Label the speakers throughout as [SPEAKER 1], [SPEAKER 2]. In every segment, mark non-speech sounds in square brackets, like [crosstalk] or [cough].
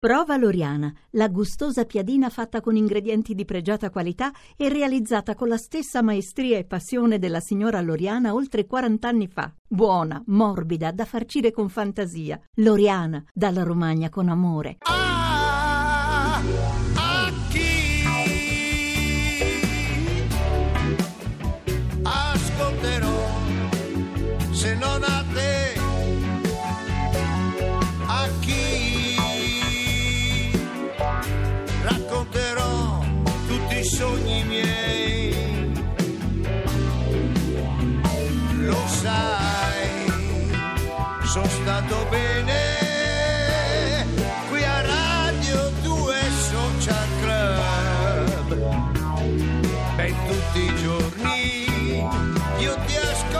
[SPEAKER 1] Prova Loriana, la gustosa piadina fatta con ingredienti di pregiata qualità e realizzata con la stessa maestria e passione della signora Loriana oltre 40 anni fa. Buona, morbida, da farcire con fantasia. Loriana, dalla Romagna con amore.
[SPEAKER 2] Ah, Aquí ascolterò se non a te. Aquí racconterò tutti i sogni miei. Lo sai, sono stato bene qui a Radio 2 Social Club. Per tutti i giorni io ti ascolterò.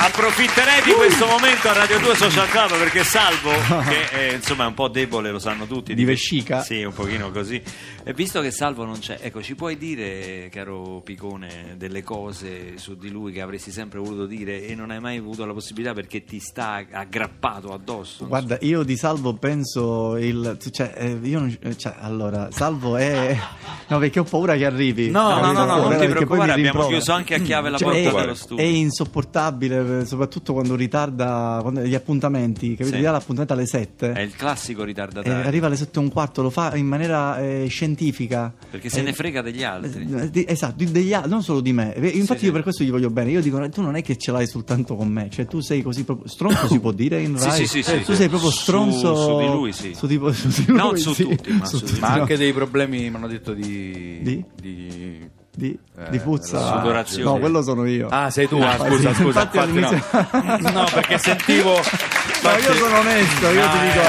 [SPEAKER 3] Approfitterei di questo momento a Radio 2 Social Club perché [laughs] Salvo, che è, insomma è un po' debole, lo sanno tutti.
[SPEAKER 4] Di vescica?
[SPEAKER 3] Sì, un pochino così. E visto che Salvo non c'è, ecco, ci puoi dire, caro Picone, delle cose su di lui che avresti sempre voluto dire e non hai mai avuto la possibilità perché ti sta aggrappato addosso?
[SPEAKER 4] Guarda, io di Salvo penso il. Cioè, eh, io non- eh, cioè, allora, Salvo è. [laughs] No, perché ho paura che arrivi.
[SPEAKER 3] No, no, no, no,
[SPEAKER 4] Capito?
[SPEAKER 3] non
[SPEAKER 4] Paura,
[SPEAKER 3] ti
[SPEAKER 4] perché poi
[SPEAKER 3] preoccupare,
[SPEAKER 4] mi
[SPEAKER 3] abbiamo
[SPEAKER 4] rimprovera.
[SPEAKER 3] chiuso anche a chiave la
[SPEAKER 4] Cioè,
[SPEAKER 3] porta
[SPEAKER 4] è-
[SPEAKER 3] dello studio.
[SPEAKER 4] È insopportabile, eh, soprattutto quando ritarda quando- gli appuntamenti.
[SPEAKER 3] Sì.
[SPEAKER 4] Capito? Gli dà l'appuntamento alle
[SPEAKER 3] È
[SPEAKER 4] 7.
[SPEAKER 3] il classico
[SPEAKER 4] eh,
[SPEAKER 3] ritardatario.
[SPEAKER 4] arriva alle 7 e un quarto, lo fa in maniera eh, scientifica.
[SPEAKER 3] Perché se
[SPEAKER 4] Eh,
[SPEAKER 3] ne frega degli altri.
[SPEAKER 4] eh, di- Esatto, di- degli al- non solo di me. Eh, Infatti,
[SPEAKER 3] Sì,
[SPEAKER 4] io
[SPEAKER 3] sì.
[SPEAKER 4] per questo gli voglio bene. Io dico: tu non è che ce l'hai soltanto con me, cioè tu sei così proprio stronzo. si può dire in
[SPEAKER 3] [coughs] Sì,
[SPEAKER 4] Rai? Eh,
[SPEAKER 3] sì, sì, sì.
[SPEAKER 4] Tu sei proprio
[SPEAKER 3] Su-
[SPEAKER 4] stronzo
[SPEAKER 3] su di lui, sì.
[SPEAKER 4] Su, tipo- su di lui,
[SPEAKER 3] Non su
[SPEAKER 4] sì.
[SPEAKER 3] tutti, ma su di
[SPEAKER 5] Ma
[SPEAKER 4] no.
[SPEAKER 5] anche dei problemi, mi hanno detto di.
[SPEAKER 4] Di?
[SPEAKER 5] di-
[SPEAKER 4] di,
[SPEAKER 5] Eh,
[SPEAKER 4] di puzza,
[SPEAKER 5] la
[SPEAKER 3] sudorazione.
[SPEAKER 4] no, quello sono io.
[SPEAKER 5] Ah, sei tu? Ah, scusa,
[SPEAKER 4] sì,
[SPEAKER 5] scusa.
[SPEAKER 4] infatti
[SPEAKER 5] infatti
[SPEAKER 4] all'inizio-
[SPEAKER 5] no. no, perché sentivo.
[SPEAKER 4] No, io
[SPEAKER 5] infatti-
[SPEAKER 4] sono onesto, io
[SPEAKER 5] No,
[SPEAKER 3] Ah.
[SPEAKER 4] ti dico.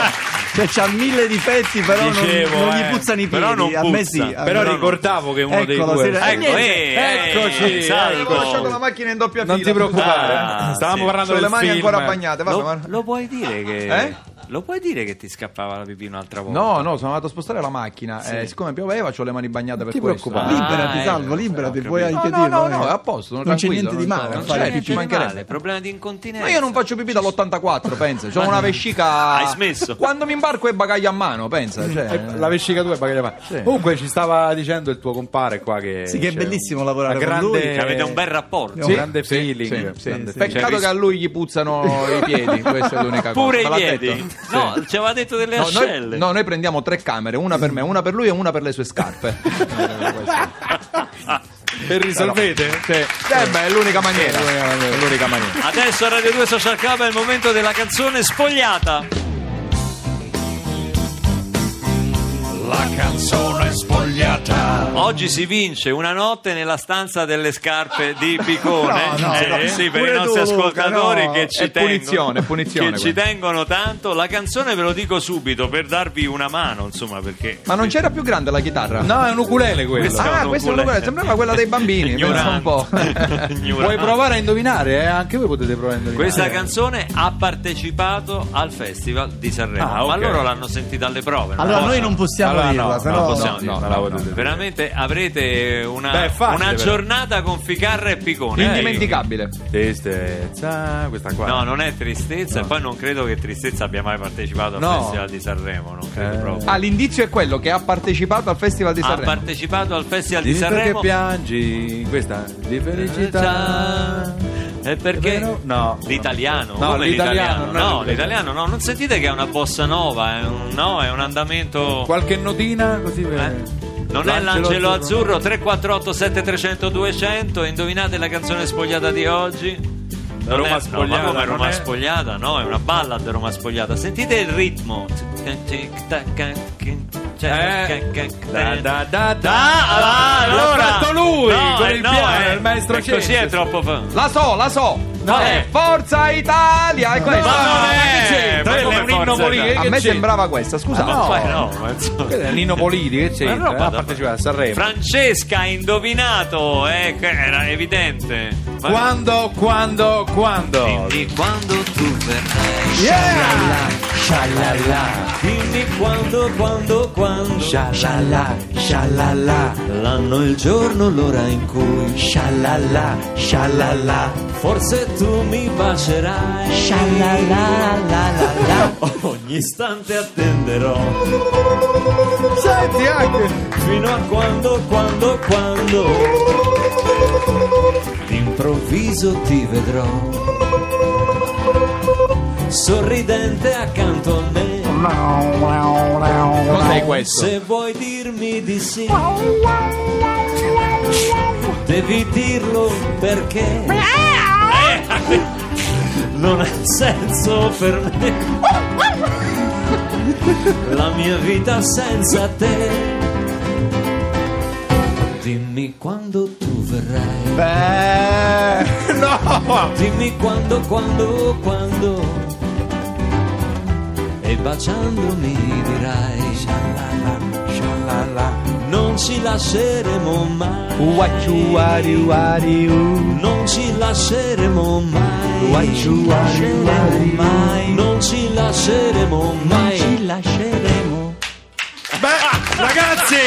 [SPEAKER 4] Cioè, c'ha mille difetti, però non-
[SPEAKER 5] Dicevo,
[SPEAKER 4] non,
[SPEAKER 5] eh.
[SPEAKER 4] gli puzzano i piedi.
[SPEAKER 3] Però non
[SPEAKER 4] A me
[SPEAKER 3] puzza.
[SPEAKER 4] sì. a
[SPEAKER 5] Però
[SPEAKER 4] me no.
[SPEAKER 5] ricordavo che uno dei
[SPEAKER 4] Eccolo,
[SPEAKER 5] due.
[SPEAKER 4] sì, eh,
[SPEAKER 3] Ecco,
[SPEAKER 4] niente.
[SPEAKER 3] eh,
[SPEAKER 5] Eccoci,
[SPEAKER 3] eh,
[SPEAKER 5] ecco.
[SPEAKER 6] Ho lasciato
[SPEAKER 3] Salvo.
[SPEAKER 6] la macchina in doppia fila.
[SPEAKER 5] Non ti preoccupare.
[SPEAKER 3] Ah,
[SPEAKER 5] Stavamo
[SPEAKER 3] sì.
[SPEAKER 5] parlando
[SPEAKER 6] Ho
[SPEAKER 5] del
[SPEAKER 6] le mani
[SPEAKER 5] film.
[SPEAKER 6] ancora bagnate. Vabbè,
[SPEAKER 3] Lo,
[SPEAKER 6] ma-
[SPEAKER 3] lo puoi dire
[SPEAKER 4] [laughs]
[SPEAKER 3] che
[SPEAKER 6] Eh?
[SPEAKER 3] lo puoi dire che ti scappava la pipì un'altra volta?
[SPEAKER 6] No, no, sono andato a spostare la macchina. Eh, siccome pioveva, ho le mani bagnate per
[SPEAKER 5] ti
[SPEAKER 6] questo.
[SPEAKER 5] preoccupare.
[SPEAKER 4] Liberati,
[SPEAKER 3] Ah,
[SPEAKER 4] Salvo,
[SPEAKER 3] ecco,
[SPEAKER 4] liberati.
[SPEAKER 3] ho
[SPEAKER 4] Puoi
[SPEAKER 3] capito.
[SPEAKER 4] anche
[SPEAKER 6] No, no,
[SPEAKER 4] dirlo.
[SPEAKER 6] no, no,
[SPEAKER 4] eh.
[SPEAKER 6] è a posto,
[SPEAKER 4] Non c'è
[SPEAKER 6] tranquillo,
[SPEAKER 4] niente di
[SPEAKER 6] non
[SPEAKER 4] male.
[SPEAKER 6] so,
[SPEAKER 4] a
[SPEAKER 3] non
[SPEAKER 6] fai
[SPEAKER 3] c'è
[SPEAKER 4] fare
[SPEAKER 3] niente
[SPEAKER 4] pipì.
[SPEAKER 3] di
[SPEAKER 6] mancherebbe.
[SPEAKER 3] Cioè, male, problema di incontinenza.
[SPEAKER 6] Ma io non faccio pipì
[SPEAKER 5] [laughs]
[SPEAKER 6] dall'84, pensa. C'ho una vescica.
[SPEAKER 3] Hai smesso?
[SPEAKER 6] Quando mi imbarco è bagaglio a mano, pensa. Cioè,
[SPEAKER 5] Eh, La vescica tua è bagaglia mano. Comunque ci stava dicendo il tuo compare qua che
[SPEAKER 4] Sì, che è
[SPEAKER 5] c'è
[SPEAKER 4] bellissimo
[SPEAKER 5] un-
[SPEAKER 4] lavorare
[SPEAKER 5] una
[SPEAKER 4] con
[SPEAKER 5] grande...
[SPEAKER 4] lui.
[SPEAKER 6] Eh,
[SPEAKER 3] Che Cioè, avete un bel rapporto.
[SPEAKER 5] un
[SPEAKER 4] Sì,
[SPEAKER 5] grande
[SPEAKER 6] sì,
[SPEAKER 5] feeling.
[SPEAKER 6] sì,
[SPEAKER 5] grande
[SPEAKER 4] sì,
[SPEAKER 5] feeling.
[SPEAKER 6] eh, Peccato
[SPEAKER 5] Cioè,
[SPEAKER 6] che a lui gli puzzano i
[SPEAKER 5] [laughs]
[SPEAKER 6] piedi, questa è l'unica
[SPEAKER 3] Pure
[SPEAKER 6] cosa.
[SPEAKER 3] i
[SPEAKER 6] Me l'ha
[SPEAKER 3] piedi.
[SPEAKER 6] detto.
[SPEAKER 3] [laughs] No, ci aveva detto delle
[SPEAKER 6] No
[SPEAKER 3] ascelle.
[SPEAKER 6] noi, no, noi prendiamo tre camere, una per me, una per lui e una per le sue
[SPEAKER 3] [laughs]
[SPEAKER 6] scarpe. Eh, questa-
[SPEAKER 5] E risolvete? Cioè,
[SPEAKER 6] Eh, beh, è l'unica maniera. È l'unica maniera.
[SPEAKER 3] Adesso a Radio 2 Social Club è il momento della canzone spogliata.
[SPEAKER 2] La canzone spogliata.
[SPEAKER 3] Oggi si vince una notte nella stanza delle scarpe di
[SPEAKER 6] [laughs]
[SPEAKER 3] Picone.
[SPEAKER 4] No, no,
[SPEAKER 3] Eh,
[SPEAKER 4] no.
[SPEAKER 3] sì, per
[SPEAKER 4] Pure
[SPEAKER 3] i nostri
[SPEAKER 4] tu, Luca,
[SPEAKER 3] ascoltatori
[SPEAKER 4] no.
[SPEAKER 3] che ci
[SPEAKER 6] È
[SPEAKER 3] tengono.
[SPEAKER 6] punizione, è punizione
[SPEAKER 3] che ci
[SPEAKER 6] quella.
[SPEAKER 3] tengono tanto. La canzone ve lo dico subito per darvi una mano, insomma, perché
[SPEAKER 6] Ma non c'era più grande la chitarra?
[SPEAKER 5] No, è un ukulele quello.
[SPEAKER 3] Questo-
[SPEAKER 6] Ah, questa è una quella, sembrava quella dei bambini, pensa un po'.
[SPEAKER 3] [laughs]
[SPEAKER 6] [laughs]
[SPEAKER 3] Ignorante. Ignorante.
[SPEAKER 5] Puoi provare a indovinare, eh? Anche voi potete provare a indovinare.
[SPEAKER 3] Questa canzone ha partecipato al Festival di Sanremo,
[SPEAKER 5] Ah, ok.
[SPEAKER 3] ma loro l'hanno sentita alle prove. non
[SPEAKER 4] Allora,
[SPEAKER 3] possono.
[SPEAKER 4] noi non possiamo
[SPEAKER 5] Allora, no,
[SPEAKER 4] dirla,
[SPEAKER 5] no,
[SPEAKER 4] sennò-
[SPEAKER 3] Non possiamo
[SPEAKER 5] no,
[SPEAKER 3] dirlo.
[SPEAKER 5] no, non la potete dire.
[SPEAKER 3] Veramente avrete una,
[SPEAKER 5] Beh, è facile,
[SPEAKER 3] una
[SPEAKER 5] però.
[SPEAKER 3] giornata con Ficarra e Picone. eh.
[SPEAKER 6] Indimenticabile.
[SPEAKER 5] Tristezza, questa qua.
[SPEAKER 3] No, non è tristezza, e poi non credo che tristezza abbia mai partecipato al
[SPEAKER 5] No.
[SPEAKER 3] Festival di Sanremo, non credo
[SPEAKER 5] Eh.
[SPEAKER 3] proprio.
[SPEAKER 6] Ah, l'indizio è quello che ha partecipato al Festival di
[SPEAKER 3] ha
[SPEAKER 6] Sanremo.
[SPEAKER 3] partecipato al Festival di
[SPEAKER 5] Dici perché
[SPEAKER 3] Sanremo.
[SPEAKER 5] piangi questa di felicità.
[SPEAKER 3] E perché
[SPEAKER 5] Però- no.
[SPEAKER 3] l'italiano?
[SPEAKER 5] No, l'italiano,
[SPEAKER 3] Come l'italiano?
[SPEAKER 5] non è
[SPEAKER 3] No,
[SPEAKER 5] l'italiano.
[SPEAKER 3] l'italiano no, non sentite che è una bossa nova, è un, no, è un andamento
[SPEAKER 5] Qualche notina così per-
[SPEAKER 3] Eh? Non è l'angelo azzurro 348 7300 200 indovinate la canzone spogliata di oggi.
[SPEAKER 5] La
[SPEAKER 3] Non
[SPEAKER 5] Roma
[SPEAKER 3] è,
[SPEAKER 5] spogliata,
[SPEAKER 3] no, ma come
[SPEAKER 5] non
[SPEAKER 3] Roma
[SPEAKER 5] è?
[SPEAKER 3] spogliata, no, è una ballad Roma spogliata. Sentite il ritmo. Cioè,
[SPEAKER 5] Eh. Da, da, da, da.
[SPEAKER 3] Ah, allora.
[SPEAKER 5] L'ha fatto lui
[SPEAKER 3] No,
[SPEAKER 5] con
[SPEAKER 3] eh,
[SPEAKER 5] il
[SPEAKER 3] no,
[SPEAKER 5] piano,
[SPEAKER 3] eh,
[SPEAKER 5] il maestro
[SPEAKER 3] è Così è
[SPEAKER 5] Censis.
[SPEAKER 3] troppo fa-
[SPEAKER 6] La so, la so.
[SPEAKER 3] No.
[SPEAKER 6] Eh, Forza Italia, è questa.
[SPEAKER 3] Ma non è,
[SPEAKER 5] c'entra?
[SPEAKER 3] ma
[SPEAKER 5] Quello
[SPEAKER 3] come
[SPEAKER 5] è un inno
[SPEAKER 3] forza,
[SPEAKER 5] politico.
[SPEAKER 3] dai.
[SPEAKER 6] A
[SPEAKER 5] che
[SPEAKER 6] me
[SPEAKER 5] c'è?
[SPEAKER 6] sembrava questa, scusa.
[SPEAKER 3] Ma [laughs] poi Ah, no, ma insomma.
[SPEAKER 5] Quello è Nino Politi che
[SPEAKER 3] Ma
[SPEAKER 5] c'entra?
[SPEAKER 3] roba
[SPEAKER 5] Ha
[SPEAKER 3] da-
[SPEAKER 5] partecipato a Sanremo.
[SPEAKER 3] Francesca ha indovinato, eh, che era evidente. Ma-
[SPEAKER 5] Quando, quando, quando?
[SPEAKER 3] Quindi quando tu verrai
[SPEAKER 6] Yeah!
[SPEAKER 7] scialala, dimmi quando, quando, quando, scialala, scialala, l'anno, il giorno, l'ora in cui, scialala, scialala, forse tu mi bacerai, scialala, la, la, la. ogni istante attenderò.
[SPEAKER 5] Senti anche.
[SPEAKER 7] Fino a quando, quando, quando D'improvviso ti vedrò Sorridente accanto a me
[SPEAKER 6] Cos'è questo?
[SPEAKER 7] Se vuoi dirmi di sì Devi dirlo perché Non ha senso per me La mia vita senza te Dimmi quando tu verrai
[SPEAKER 6] Beh, [laughs] no!
[SPEAKER 7] Dimmi quando, quando, quando E baciandomi dirai Shalala, shalala Non ci lasceremo mai
[SPEAKER 6] Uacciu, ariu, ariu.
[SPEAKER 7] Non ci lasceremo mai
[SPEAKER 6] Uai, giù,
[SPEAKER 7] lasceremo mai Non ci lasceremo mai ci lasceremo
[SPEAKER 5] Beh, ragazzi!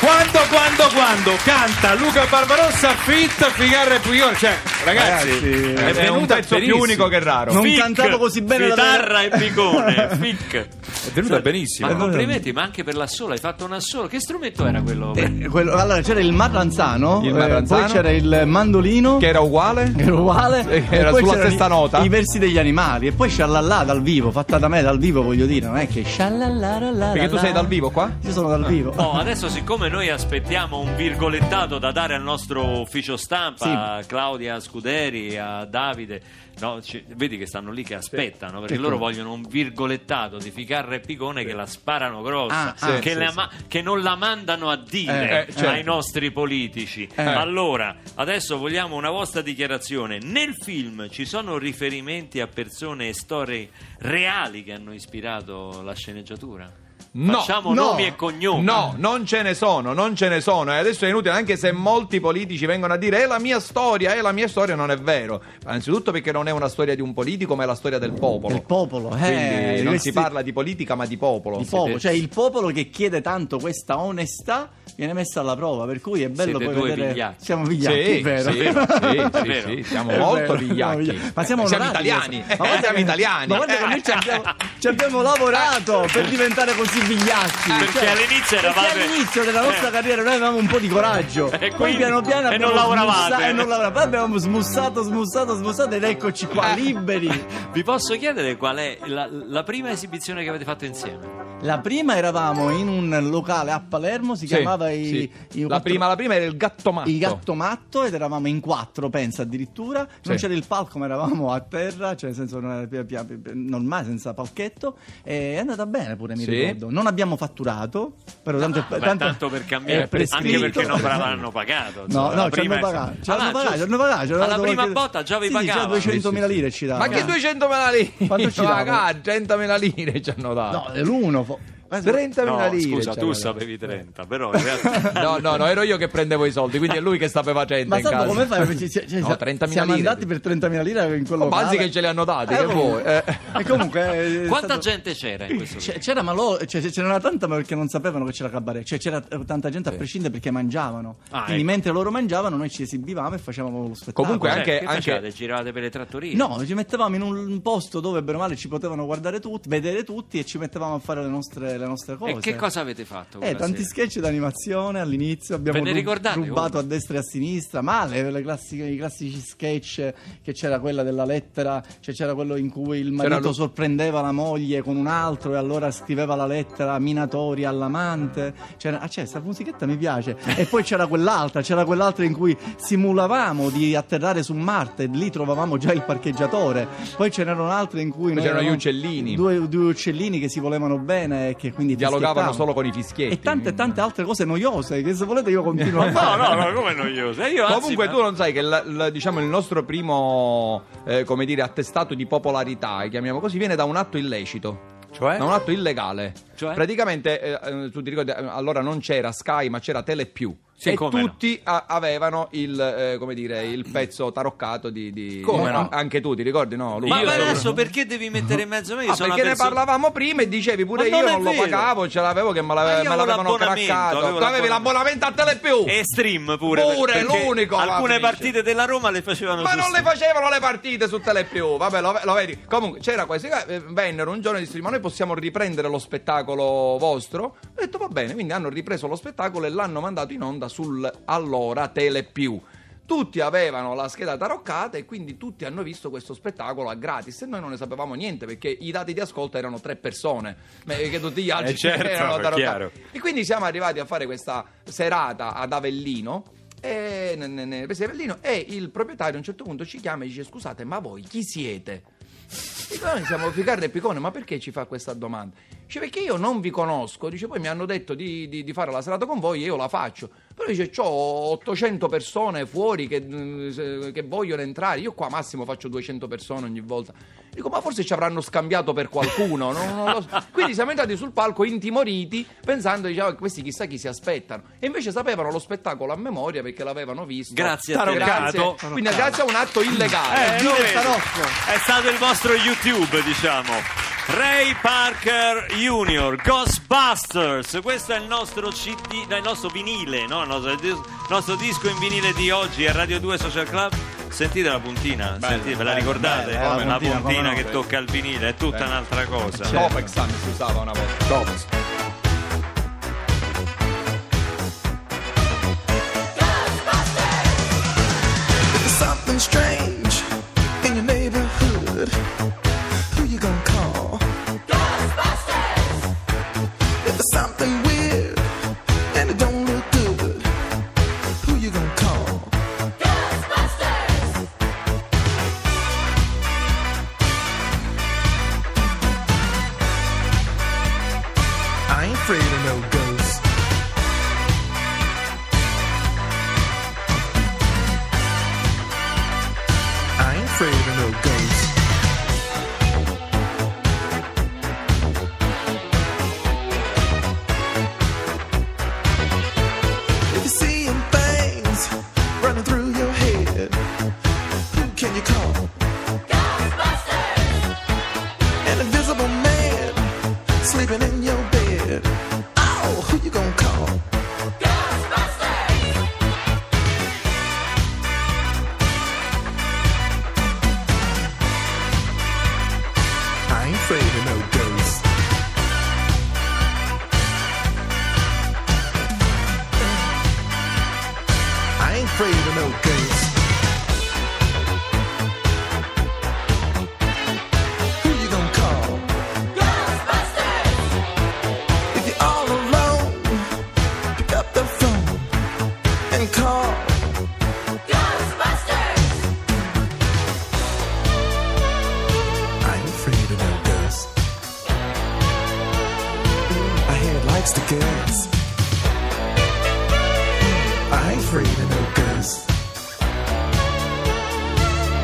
[SPEAKER 5] Quando, quando, quando canta Luca Barbarossa, Fit, Figarra e Puglione. Cioè, ragazzi,
[SPEAKER 4] Ragazzi,
[SPEAKER 5] è
[SPEAKER 6] È un
[SPEAKER 5] venuta
[SPEAKER 6] pezzo più
[SPEAKER 5] benissimo.
[SPEAKER 6] unico che raro.
[SPEAKER 4] Non
[SPEAKER 3] Fic,
[SPEAKER 4] cantavo così bene la
[SPEAKER 3] Chitarra e
[SPEAKER 4] [laughs]
[SPEAKER 3] picone, fic.
[SPEAKER 5] È venuta benissimo.
[SPEAKER 3] Ma complimenti, ma anche per la sola, hai fatto una sola. Che strumento era quello?
[SPEAKER 4] Eh, quello- allora c'era il marranzano,
[SPEAKER 6] Il
[SPEAKER 4] eh,
[SPEAKER 6] marranzano.
[SPEAKER 4] poi c'era il mandolino
[SPEAKER 6] Che era uguale?
[SPEAKER 4] [laughs] era uguale
[SPEAKER 6] Sì,
[SPEAKER 4] e
[SPEAKER 6] era
[SPEAKER 4] poi
[SPEAKER 6] sulla
[SPEAKER 4] c'erano
[SPEAKER 6] stessa
[SPEAKER 4] i-
[SPEAKER 6] nota.
[SPEAKER 4] i versi degli animali e poi sciallallà dal vivo fatta da me dal vivo voglio dire non è che sciallallà
[SPEAKER 6] Perché tu sei dal vivo qua? Ah,
[SPEAKER 4] io sono dal vivo
[SPEAKER 3] Oh, adesso siccome noi aspettiamo un virgolettato da dare al nostro ufficio stampa,
[SPEAKER 4] Sì.
[SPEAKER 3] a Claudia Scuderi, a Davide, no, ci- vedi che stanno lì che aspettano, perché
[SPEAKER 4] Sì,
[SPEAKER 3] loro
[SPEAKER 4] sì.
[SPEAKER 3] vogliono un virgolettato di Ficarra e Picone che la sparano grossa,
[SPEAKER 4] Ah, sì,
[SPEAKER 3] che,
[SPEAKER 4] sì,
[SPEAKER 3] la
[SPEAKER 4] sì.
[SPEAKER 3] ma- che non la mandano a dire
[SPEAKER 6] Eh, eh, certo.
[SPEAKER 3] ai nostri politici.
[SPEAKER 4] Eh.
[SPEAKER 3] Allora, adesso vogliamo una vostra dichiarazione. Nel film ci sono riferimenti a persone e storie reali che hanno ispirato la sceneggiatura?
[SPEAKER 6] No,
[SPEAKER 3] Facciamo
[SPEAKER 4] no,
[SPEAKER 3] nomi e cognomi.
[SPEAKER 6] No, non ce ne sono, non ce ne sono. E adesso è inutile, anche se molti politici vengono a dire è la mia storia, è la mia storia, non è vero. Anzitutto perché non è una storia di un politico, ma è la storia del popolo.
[SPEAKER 4] il popolo eh,
[SPEAKER 6] Quindi non
[SPEAKER 4] questi-
[SPEAKER 6] si parla di politica, ma di popolo.
[SPEAKER 4] di popolo, cioè il popolo che chiede tanto questa onestà viene messa alla prova per cui è bello
[SPEAKER 3] Siete
[SPEAKER 4] poi
[SPEAKER 3] due
[SPEAKER 4] vedere
[SPEAKER 3] vigliacchi.
[SPEAKER 4] siamo
[SPEAKER 6] Sì,
[SPEAKER 4] vigliacchi [laughs]
[SPEAKER 6] sì,
[SPEAKER 4] è vero
[SPEAKER 6] sì,
[SPEAKER 3] È
[SPEAKER 6] sì,
[SPEAKER 3] vero.
[SPEAKER 6] sì, siamo
[SPEAKER 4] [laughs] È
[SPEAKER 6] molto
[SPEAKER 4] vero,
[SPEAKER 6] vigliacchi.
[SPEAKER 4] Ma Eh, siamo
[SPEAKER 6] siamo
[SPEAKER 4] onorati,
[SPEAKER 6] italiani. Eh,
[SPEAKER 4] Ma guarda
[SPEAKER 6] siamo
[SPEAKER 4] che-
[SPEAKER 6] italiani. Eh,
[SPEAKER 4] Ma guarda che noi ci abbiamo, ci abbiamo lavorato per diventare così vigliacchi. Cioè,
[SPEAKER 3] Perché all'inizio eravate-
[SPEAKER 4] Perché Eh. all'inizio della nostra
[SPEAKER 3] Eh.
[SPEAKER 4] carriera noi avevamo un po' di [laughs] coraggio.
[SPEAKER 3] E
[SPEAKER 4] Poi
[SPEAKER 3] quindi-
[SPEAKER 4] piano piano
[SPEAKER 3] e non
[SPEAKER 4] abbiamo
[SPEAKER 3] lavoravate.
[SPEAKER 4] smussato- e non lavoravamo. Poi abbiamo smussato, smussato, smussato ed eccoci qua, liberi.
[SPEAKER 3] [laughs] Vi posso chiedere qual è la, la prima esibizione che avete fatto insieme?
[SPEAKER 4] La prima eravamo in un locale a Palermo, si
[SPEAKER 6] Sì,
[SPEAKER 4] chiamava i,
[SPEAKER 6] sì.
[SPEAKER 4] i
[SPEAKER 6] la,
[SPEAKER 4] quattro-
[SPEAKER 6] prima, la prima era il gatto matto.
[SPEAKER 4] Il gatto matto ed eravamo in quattro, pensa addirittura. Non
[SPEAKER 6] Sì.
[SPEAKER 4] c'era il palco, ma eravamo a terra, cioè nel senso non era pia- pia- pia- normale, senza palchetto. E è andata bene pure, mi
[SPEAKER 6] Sì.
[SPEAKER 4] ricordo. Non abbiamo fatturato, però tanto,
[SPEAKER 3] Ah, Beh,
[SPEAKER 4] tanto,
[SPEAKER 3] tanto per
[SPEAKER 4] è
[SPEAKER 3] cambiare, anche
[SPEAKER 4] prescritto.
[SPEAKER 3] perché non ve l'avranno pagato.
[SPEAKER 4] No,
[SPEAKER 3] insomma, la
[SPEAKER 4] no, ci
[SPEAKER 3] prima
[SPEAKER 4] hanno
[SPEAKER 3] è-
[SPEAKER 4] pagato. Ci
[SPEAKER 3] Ah,
[SPEAKER 4] hanno pagato, ci
[SPEAKER 3] giusto.
[SPEAKER 4] hanno pagato. ci hanno
[SPEAKER 3] Alla
[SPEAKER 4] dato
[SPEAKER 3] prima
[SPEAKER 4] qualche-
[SPEAKER 3] botta già vi
[SPEAKER 4] sì, sì, già
[SPEAKER 3] pagavano.
[SPEAKER 4] 200.000
[SPEAKER 6] Sì, sì,
[SPEAKER 4] lire ci davano.
[SPEAKER 6] Ma che 200.000 lire?
[SPEAKER 4] Quanto ci
[SPEAKER 6] Ma
[SPEAKER 4] dava?
[SPEAKER 6] ca- 100.000 lire ci hanno dato.
[SPEAKER 4] No, è l'uno. fo-
[SPEAKER 6] 30.000
[SPEAKER 3] No,
[SPEAKER 6] lire.
[SPEAKER 3] scusa,
[SPEAKER 6] ci
[SPEAKER 4] cioè,
[SPEAKER 3] tu
[SPEAKER 6] hanno
[SPEAKER 3] sapevi 30, però
[SPEAKER 4] [laughs]
[SPEAKER 3] in realtà...
[SPEAKER 6] No, no, no, ero io che prendevo i soldi, quindi è lui che sta per facendo
[SPEAKER 4] Ma
[SPEAKER 6] in
[SPEAKER 4] Salvo,
[SPEAKER 6] casa.
[SPEAKER 4] come fai? Perché ci- ci-
[SPEAKER 6] No,
[SPEAKER 4] ci-
[SPEAKER 6] 30.000
[SPEAKER 4] siamo
[SPEAKER 6] lire.
[SPEAKER 4] andati per 30.000 lire in quello
[SPEAKER 6] Oh, ma anzi
[SPEAKER 4] locale.
[SPEAKER 6] che ce li hanno dati,
[SPEAKER 4] Eh,
[SPEAKER 6] che
[SPEAKER 4] comunque-
[SPEAKER 6] vuoi? Eh.
[SPEAKER 4] E comunque... eh,
[SPEAKER 3] [laughs]
[SPEAKER 4] è
[SPEAKER 3] Quanta
[SPEAKER 4] stato-
[SPEAKER 3] gente c'era in questo
[SPEAKER 4] C'è- C'era, ma lo, cioè, c'era una tanta ma perché non sapevano che c'era cabaret, cioè c'era eh, tanta gente a prescindere perché mangiavano.
[SPEAKER 3] Ah,
[SPEAKER 4] Quindi
[SPEAKER 3] ecco.
[SPEAKER 4] mentre loro mangiavano, noi ci esibivamo e facevamo lo spettacolo.
[SPEAKER 6] Comunque
[SPEAKER 3] Cioè,
[SPEAKER 6] anche-
[SPEAKER 3] che
[SPEAKER 6] anche-
[SPEAKER 3] facevate? Giravate per le trattorie?
[SPEAKER 4] No, ci mettevamo in un posto dove bene o male ci potevano guardare tutti, vedere tutti e ci mettevamo a fare le nostre, le nostre cose.
[SPEAKER 3] E che cosa avete fatto?
[SPEAKER 4] Eh,
[SPEAKER 3] quella
[SPEAKER 4] tanti
[SPEAKER 3] sera?
[SPEAKER 4] sketch d'animazione all'inizio, abbiamo
[SPEAKER 3] Ve ne
[SPEAKER 4] ru-
[SPEAKER 3] ricordate
[SPEAKER 4] rubato
[SPEAKER 3] uno?
[SPEAKER 4] a destra e a sinistra, male, le classiche- i classici sketch che c'era quella della lettera, cioè c'era quello in cui il
[SPEAKER 6] C'era
[SPEAKER 4] marito
[SPEAKER 6] lo-
[SPEAKER 4] sorprendeva la moglie con un altro e allora scriveva la lettera minatoria all'amante, c'era, ah c'è, sta musichetta mi piace, e poi c'era quell'altra, c'era quell'altra in cui simulavamo di atterrare su Marte, lì trovavamo già il parcheggiatore, poi ce n'erano altre in cui...
[SPEAKER 6] Poi
[SPEAKER 4] noi
[SPEAKER 6] c'erano gli
[SPEAKER 4] eravamo
[SPEAKER 6] uccellini.
[SPEAKER 4] Eh, oh. Due, due uccellini che si volevano bene e che quindi
[SPEAKER 6] Dialogavano
[SPEAKER 4] fischiettavano.
[SPEAKER 6] solo con i fischietti.
[SPEAKER 4] E tante, tante altre cose noiose che se volete io continuo a
[SPEAKER 3] No,
[SPEAKER 4] fare.
[SPEAKER 3] no, no, come noioso. E Io, anzi,
[SPEAKER 6] Comunque
[SPEAKER 3] ma-
[SPEAKER 6] tu non sai che la- la- diciamo, il nostro primo eh, come dire, attestato di popolarità, chiamiamo così, viene da un atto illecito.
[SPEAKER 5] Cioè?
[SPEAKER 6] Da un atto illegale.
[SPEAKER 3] Cioè?
[SPEAKER 6] Praticamente, eh, eh, tu ti ricordi, eh, allora non c'era Sky ma c'era Telepiù.
[SPEAKER 5] Sì,
[SPEAKER 6] e
[SPEAKER 5] come no.
[SPEAKER 6] tutti a- avevano il, eh, come dire, il pezzo taroccato di, di-
[SPEAKER 5] Come no?
[SPEAKER 6] anche tu ti ricordi no? Luca?
[SPEAKER 3] Ma
[SPEAKER 5] Io sono-
[SPEAKER 3] adesso perché devi mettere in mezzo me? Io
[SPEAKER 6] Ah,
[SPEAKER 3] sono una
[SPEAKER 6] perché ne
[SPEAKER 3] persona-
[SPEAKER 6] parlavamo prima e dicevi pure
[SPEAKER 3] Ma
[SPEAKER 6] io
[SPEAKER 3] non è
[SPEAKER 6] non lo
[SPEAKER 3] vero.
[SPEAKER 6] pagavo, ce l'avevo che me, l'ave-
[SPEAKER 3] Ma io
[SPEAKER 6] me
[SPEAKER 3] avevo
[SPEAKER 6] l'avevano
[SPEAKER 3] l'abbonamento,
[SPEAKER 6] craccato.
[SPEAKER 3] avevo
[SPEAKER 6] Tu avevi l'abbonamento a Telepiù.
[SPEAKER 3] E stream pure.
[SPEAKER 6] Pure,
[SPEAKER 3] perché
[SPEAKER 6] l'unico, va,
[SPEAKER 3] Alcune
[SPEAKER 6] finisce.
[SPEAKER 3] partite della Roma le facevano
[SPEAKER 6] Ma
[SPEAKER 3] su
[SPEAKER 6] non le
[SPEAKER 3] stream.
[SPEAKER 6] facevano le partite su Telepiù. Vabbè, lo, lo vedi. Comunque c'era quasi eh, vennero un giorno e dissero "Ma noi possiamo riprendere lo spettacolo vostro?" Ho detto "Va bene", quindi hanno ripreso lo spettacolo e l'hanno mandato in onda sul allora Telepiù. Tutti avevano la scheda taroccata e quindi tutti hanno visto questo spettacolo a gratis e noi non ne sapevamo niente perché i dati di ascolto erano tre persone, ma- che tutti gli altri
[SPEAKER 5] Eh, certo,
[SPEAKER 6] erano taroccati.
[SPEAKER 5] chiaro.
[SPEAKER 6] E quindi siamo arrivati a fare questa serata ad Avellino. E, ne- ne- ne- presa di Avellino, e il proprietario a un certo punto ci chiama e dice: Scusate, ma voi chi siete? Dico, noi siamo Ficarra e Picone, ma perché ci fa questa domanda? Dice, perché io non vi conosco, dice, poi mi hanno detto di, di- di fare la serata con voi e io la faccio. Però dice, ho 800 persone fuori che, mm, se- che vogliono entrare, io qua massimo faccio 200 persone ogni volta. Dico, ma forse ci avranno scambiato per qualcuno, non- non lo so. Quindi siamo entrati sul palco intimoriti, pensando, diciamo, questi chissà chi si aspettano. E invece sapevano lo spettacolo a memoria perché l'avevano visto.
[SPEAKER 3] Grazie a te.
[SPEAKER 5] Taroccato.
[SPEAKER 6] Grazie. Quindi grazie a un atto illegale.
[SPEAKER 3] Eh,
[SPEAKER 6] Ecco.
[SPEAKER 3] lo vedi. È stato il vostro YouTube, diciamo. Ray Parker Jr., Ghostbusters, questo è il nostro CD, no, il nostro vinile, no? il, nostro, il nostro disco in vinile di oggi a Radio 2 Social Club. Sentite la puntina, sentite, ve la ricordate?
[SPEAKER 4] bella,
[SPEAKER 3] la
[SPEAKER 4] la puntina,
[SPEAKER 3] puntina,
[SPEAKER 4] come
[SPEAKER 3] che tocca il vinile, è tutta un'altra cosa.
[SPEAKER 6] Topex anche si usava una volta. Topex.
[SPEAKER 8] There's something strange in your neighborhood. Who you gonna call? Ghostbusters! If there's something weird and it don't look good, who you gonna call? Ghostbusters! I ain't afraid of no ghosts. I ain't afraid of no ghosts. If you're seeing things running through your head, who can you call? Ghostbusters! An invisible man sleeping in your bed. Oh, who you gonna call? I ain't afraid of no ghosts. I ain't afraid of no ghosts. Who you gonna call? Ghostbusters! If you're all alone, pick up the phone and call. I ain't afraid of no ghosts. I hear it likes the girls. I ain't afraid of no ghosts.